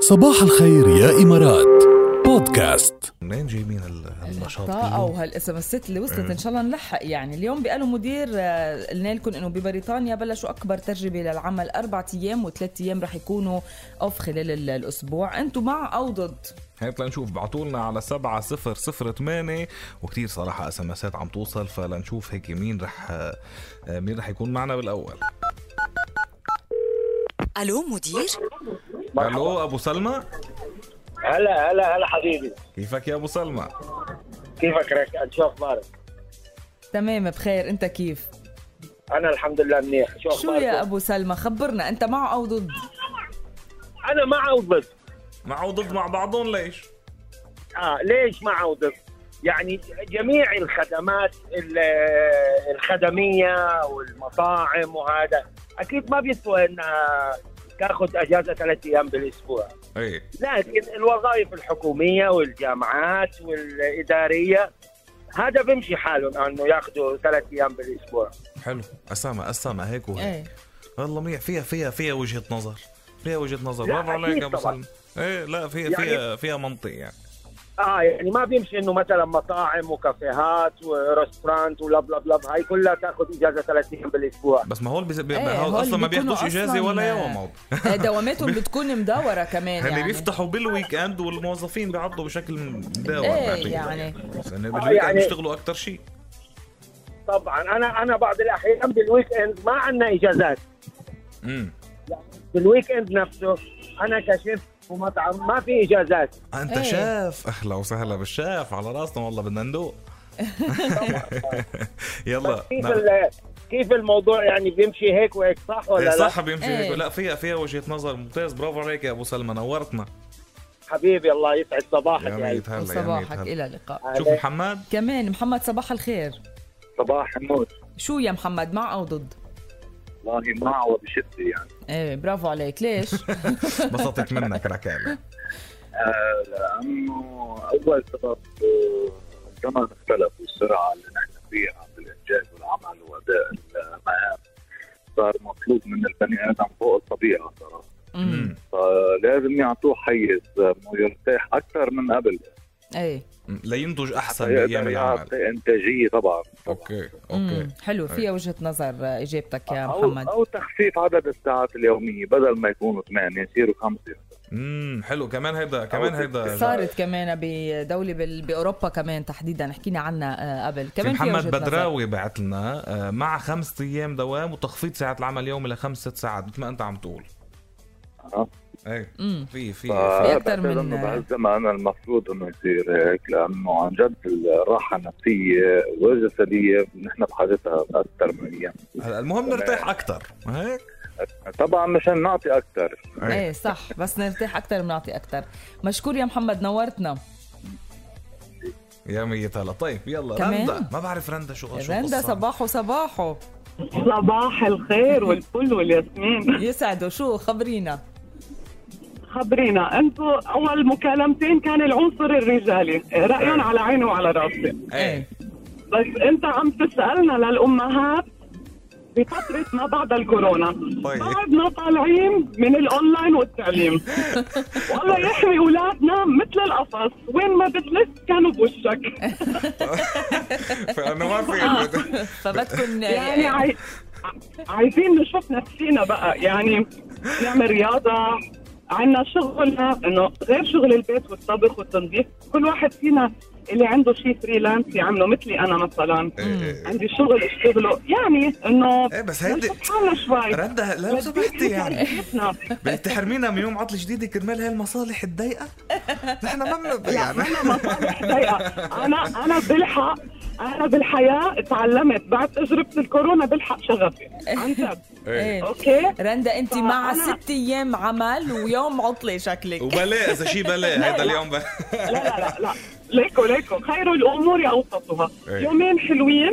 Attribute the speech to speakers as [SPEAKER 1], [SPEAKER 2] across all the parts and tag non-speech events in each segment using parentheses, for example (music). [SPEAKER 1] صباح الخير يا إمارات بودكاست
[SPEAKER 2] منين جايبين هال- هالنشاط
[SPEAKER 3] الطاقة
[SPEAKER 2] كله؟
[SPEAKER 3] وهالاس ام الست اللي وصلت
[SPEAKER 2] مم.
[SPEAKER 3] ان شاء الله نلحق يعني اليوم بقالوا مدير آه، قلنا لكم انه ببريطانيا بلشوا اكبر تجربة للعمل اربع ايام وثلاث ايام رح يكونوا اوف خلال ال- الاسبوع انتم مع او ضد
[SPEAKER 2] هات لنشوف بعتوا لنا على 7008 وكثير صراحه اس ام اسات عم توصل فلنشوف هيك مين رح آه، مين رح يكون معنا بالاول
[SPEAKER 4] الو مدير
[SPEAKER 2] الو ابو سلمى
[SPEAKER 5] هلا هلا هلا حبيبي
[SPEAKER 2] كيفك يا ابو سلمى
[SPEAKER 5] كيفك رك انت شو اخبارك؟
[SPEAKER 3] تمام بخير انت كيف
[SPEAKER 5] انا الحمد لله منيح شو
[SPEAKER 3] شو
[SPEAKER 5] اخبارك؟
[SPEAKER 3] يا ابو سلمى خبرنا انت مع او ضد
[SPEAKER 5] انا مع عودت
[SPEAKER 2] مع وضد مع بعضهم ليش
[SPEAKER 5] اه ليش مع عودت؟ يعني جميع الخدمات ال- الخدميه والمطاعم وهذا اكيد ما بيسوى انها تاخذ اجازه ثلاث ايام بالاسبوع
[SPEAKER 2] ايه
[SPEAKER 5] لكن الوظائف الحكوميه والجامعات والاداريه هذا بيمشي حالهم انه ياخذوا ثلاث ايام بالاسبوع
[SPEAKER 2] حلو اسامه اسامه هيك وهيك
[SPEAKER 3] ايه
[SPEAKER 2] والله منيح فيها فيها فيها وجهه نظر فيها وجهه نظر
[SPEAKER 5] لا،
[SPEAKER 2] برافو عليك
[SPEAKER 5] أكيد
[SPEAKER 2] يا ابو
[SPEAKER 5] طبعاً.
[SPEAKER 2] سلمى ايه لا فيها
[SPEAKER 5] يعني-
[SPEAKER 2] فيها فيها منطق يعني
[SPEAKER 5] اه يعني ما بيمشي انه مثلا مطاعم وكافيهات ورستورانت ولا بلا بلا هاي كلها تاخذ اجازه ثلاث ايام بالاسبوع
[SPEAKER 2] بس ما هول بز... بي...
[SPEAKER 3] إيه،
[SPEAKER 2] هول
[SPEAKER 3] هول
[SPEAKER 2] اصلا ما
[SPEAKER 3] بيكونوا
[SPEAKER 2] بياخذوش اجازه
[SPEAKER 3] أصلاً-
[SPEAKER 2] ولا يوم هول
[SPEAKER 3] آه، دواماتهم بتكون مدورة كمان
[SPEAKER 2] هن
[SPEAKER 3] (laughs) يعني
[SPEAKER 2] بيفتحوا بالويك اند والموظفين بيعضوا بشكل مداوم
[SPEAKER 3] ايه يعني
[SPEAKER 2] لان
[SPEAKER 5] آه،
[SPEAKER 2] بالويك اند
[SPEAKER 5] يعني-
[SPEAKER 2] بيشتغلوا اكثر شيء
[SPEAKER 5] طبعا انا انا بعض الاحيان بالويك اند ما عندنا اجازات
[SPEAKER 2] امم
[SPEAKER 5] بالويك اند نفسه انا كشيف ومطعم ما في اجازات
[SPEAKER 2] انت
[SPEAKER 3] إيه.
[SPEAKER 2] آه، شاف (laughs) اهلا وسهلا بالشاف على راسنا والله بدنا ندوق (laughs) يلا
[SPEAKER 5] كيف
[SPEAKER 2] نعم.
[SPEAKER 5] ال- كيف الموضوع يعني بيمشي هيك وهيك صح ولا
[SPEAKER 2] إيه،
[SPEAKER 5] لا؟
[SPEAKER 2] صح بيمشي
[SPEAKER 3] إيه.
[SPEAKER 2] هيك لا فيها فيها وجهه نظر ممتاز برافو عليك يا ابو سلمى نورتنا
[SPEAKER 5] حبيبي الله يسعد صباحك يعني.
[SPEAKER 2] يا
[SPEAKER 5] يا قلبي.
[SPEAKER 2] ميت هلا يا ميت
[SPEAKER 3] وصباحك
[SPEAKER 2] هلا
[SPEAKER 3] الى اللقاء
[SPEAKER 2] شوف محمد
[SPEAKER 3] كمان محمد صباح الخير
[SPEAKER 6] صباح النور
[SPEAKER 3] شو يا محمد مع او ضد
[SPEAKER 6] والله ما وبشدة يعني
[SPEAKER 3] ايه برافو عليك ليش
[SPEAKER 2] بسطت منك
[SPEAKER 3] (laughs)
[SPEAKER 2] ركالة
[SPEAKER 6] آه، لانه اول سبب آه، الزمن اختلف والسرعه اللي نحن فيها بالانجاز والعمل واداء المهام صار مطلوب من البني ادم فوق الطبيعه صراحه
[SPEAKER 3] امم
[SPEAKER 6] فلازم يعطوه حيز انه يرتاح اكثر من قبل
[SPEAKER 3] ايه
[SPEAKER 2] لينتج احسن بايام
[SPEAKER 6] يقدر
[SPEAKER 2] طيب، العمل
[SPEAKER 6] يعطي انتاجيه طبعا
[SPEAKER 2] اوكي
[SPEAKER 3] امم
[SPEAKER 2] اوكي
[SPEAKER 3] حلو
[SPEAKER 2] أي.
[SPEAKER 3] فيها وجهه نظر آه، اجابتك يا
[SPEAKER 6] أو,
[SPEAKER 3] محمد
[SPEAKER 6] او تخفيف عدد الساعات اليوميه بدل ما يكونوا ثمانيه يصيروا خمسه
[SPEAKER 2] امم حلو كمان هيدا كمان هيدا
[SPEAKER 3] صارت كمان بدوله بال- باوروبا كمان تحديدا حكينا عنها آه، قبل
[SPEAKER 2] في
[SPEAKER 3] كمان فيها
[SPEAKER 2] محمد
[SPEAKER 3] وجهة نظر.
[SPEAKER 2] بدراوي بعت لنا آه، مع خمسة ايام دوام وتخفيض ساعات العمل يومي لخمس ست ساعات مثل ما انت عم تقول
[SPEAKER 6] آه.
[SPEAKER 2] ايه
[SPEAKER 3] امم
[SPEAKER 2] في في
[SPEAKER 3] في أكتر
[SPEAKER 6] فا بعتقد
[SPEAKER 3] من-
[SPEAKER 6] انه بهالزمن المفروض انه يصير هيك لانه عن جد الراحه النفسيه والجسديه نحن بحاجتها اكثر من ايام
[SPEAKER 2] هلا المهم نرتاح إيه؟ اكثر هيك
[SPEAKER 6] طبعا مشان نعطي اكثر
[SPEAKER 3] ايه صح بس نرتاح اكثر بنعطي اكثر مشكور يا محمد نورتنا
[SPEAKER 2] يا مية هلا طيب يلا
[SPEAKER 3] كمان؟
[SPEAKER 2] رندا ما بعرف رندا شو شو
[SPEAKER 3] رندا
[SPEAKER 2] قصة.
[SPEAKER 3] صباحو صباحو
[SPEAKER 7] صباح الخير والفل والياسمين
[SPEAKER 3] يسعدوا شو خبرينا
[SPEAKER 7] خبرينا انتو اول مكالمتين كان العنصر الرجالي راي على عيني وعلى راسي
[SPEAKER 2] (laughs)
[SPEAKER 3] إيه.
[SPEAKER 2] ايه
[SPEAKER 7] بس انت عم تسالنا للامهات بفترة ما بعد الكورونا
[SPEAKER 2] طيب. (laughs)
[SPEAKER 7] بعدنا طالعين من الاونلاين والتعليم والله يحمي اولادنا مثل القفص وين ما بتلف كانوا بوشك
[SPEAKER 2] فانا ما في
[SPEAKER 3] فبدكن
[SPEAKER 7] يعني عاي... عايزين نشوف نفسينا بقى يعني نعمل رياضة عنا شغلنا انه غير شغل البيت والطبخ والتنظيف كل واحد فينا اللي عنده شيء فريلانس يعمله مثلي انا مثلا عندي شغل اشتغله يعني انه
[SPEAKER 2] إيه بس هيدي-
[SPEAKER 7] نشوف حالنا شوي
[SPEAKER 2] رندا لا لو سمحتي
[SPEAKER 7] (laughs)
[SPEAKER 2] يعني
[SPEAKER 7] نفسنا.
[SPEAKER 2] بدك تحرمينا من يوم عطل جديد كرمال هالمصالح الضيقه نحن ما بنبقى يعني
[SPEAKER 7] دقيقة. انا انا بلحق انا بالحياه تعلمت بعد تجربه الكورونا بلحق شغفي عن جد
[SPEAKER 3] إيه.
[SPEAKER 7] اوكي
[SPEAKER 3] رندا انت مع
[SPEAKER 7] أنا-
[SPEAKER 3] ست ايام عمل ويوم عطله شكلك
[SPEAKER 2] وبلاء اذا شيء بلاء هيدا اليوم بلاء
[SPEAKER 7] لا لا لا لا ليكو ليكو خير الامور اوسطها
[SPEAKER 2] إيه.
[SPEAKER 7] يومين حلوين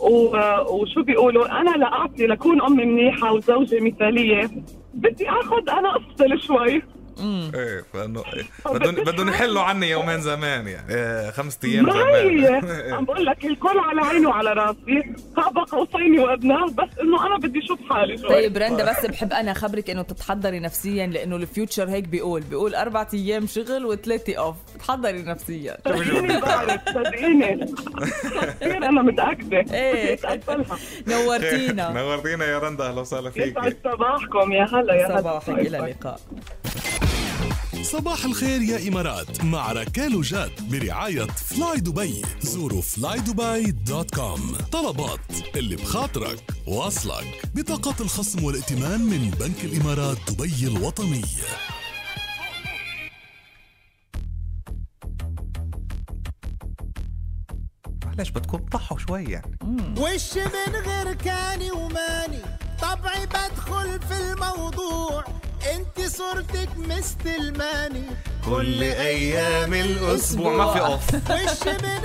[SPEAKER 7] و... وشو بيقولوا انا لاعطي لكون ام منيحه وزوجه مثاليه بدي اخذ انا افصل شوي
[SPEAKER 3] امم
[SPEAKER 2] ايه فانه إيه، بدهم بدهم يحلوا عني يومين زمان يعني إيه، خمسة ايام
[SPEAKER 7] ما هي
[SPEAKER 2] (laughs) زمان إيه.
[SPEAKER 7] عم بقول لك الكل على عيني وعلى راسي هابا قوسين وادناه بس انه انا بدي اشوف حالي شوي
[SPEAKER 3] طيب رندا بس بحب انا خبرك انه تتحضري نفسيا لانه الفيوتشر هيك بيقول بيقول اربع ايام شغل وثلاثه اوف تحضري
[SPEAKER 2] (laughs)
[SPEAKER 3] نفسيا
[SPEAKER 7] صدقيني بعرف صدقيني كثير انا متاكده
[SPEAKER 3] إيه.
[SPEAKER 7] اتقبلها
[SPEAKER 3] نورتينا
[SPEAKER 2] نورتينا يا رندا اهلا وسهلا فيك
[SPEAKER 7] يسعد صباحكم يا هلا يا هلا
[SPEAKER 3] صباحك الى اللقاء
[SPEAKER 1] صباح الخير يا إمارات مع ركال وجاد برعاية فلاي دبي زوروا فلاي دبي دوت كوم طلبات اللي بخاطرك واصلك بطاقة الخصم والائتمان من بنك الإمارات دبي الوطني
[SPEAKER 2] معلش بدكم تضحوا شوي يعني
[SPEAKER 4] وش من غير كاني وماني طبعي بدخل في الموضوع انت صورتك مستلماني
[SPEAKER 2] كل ايام الاسبوع ما في قص
[SPEAKER 4] وش من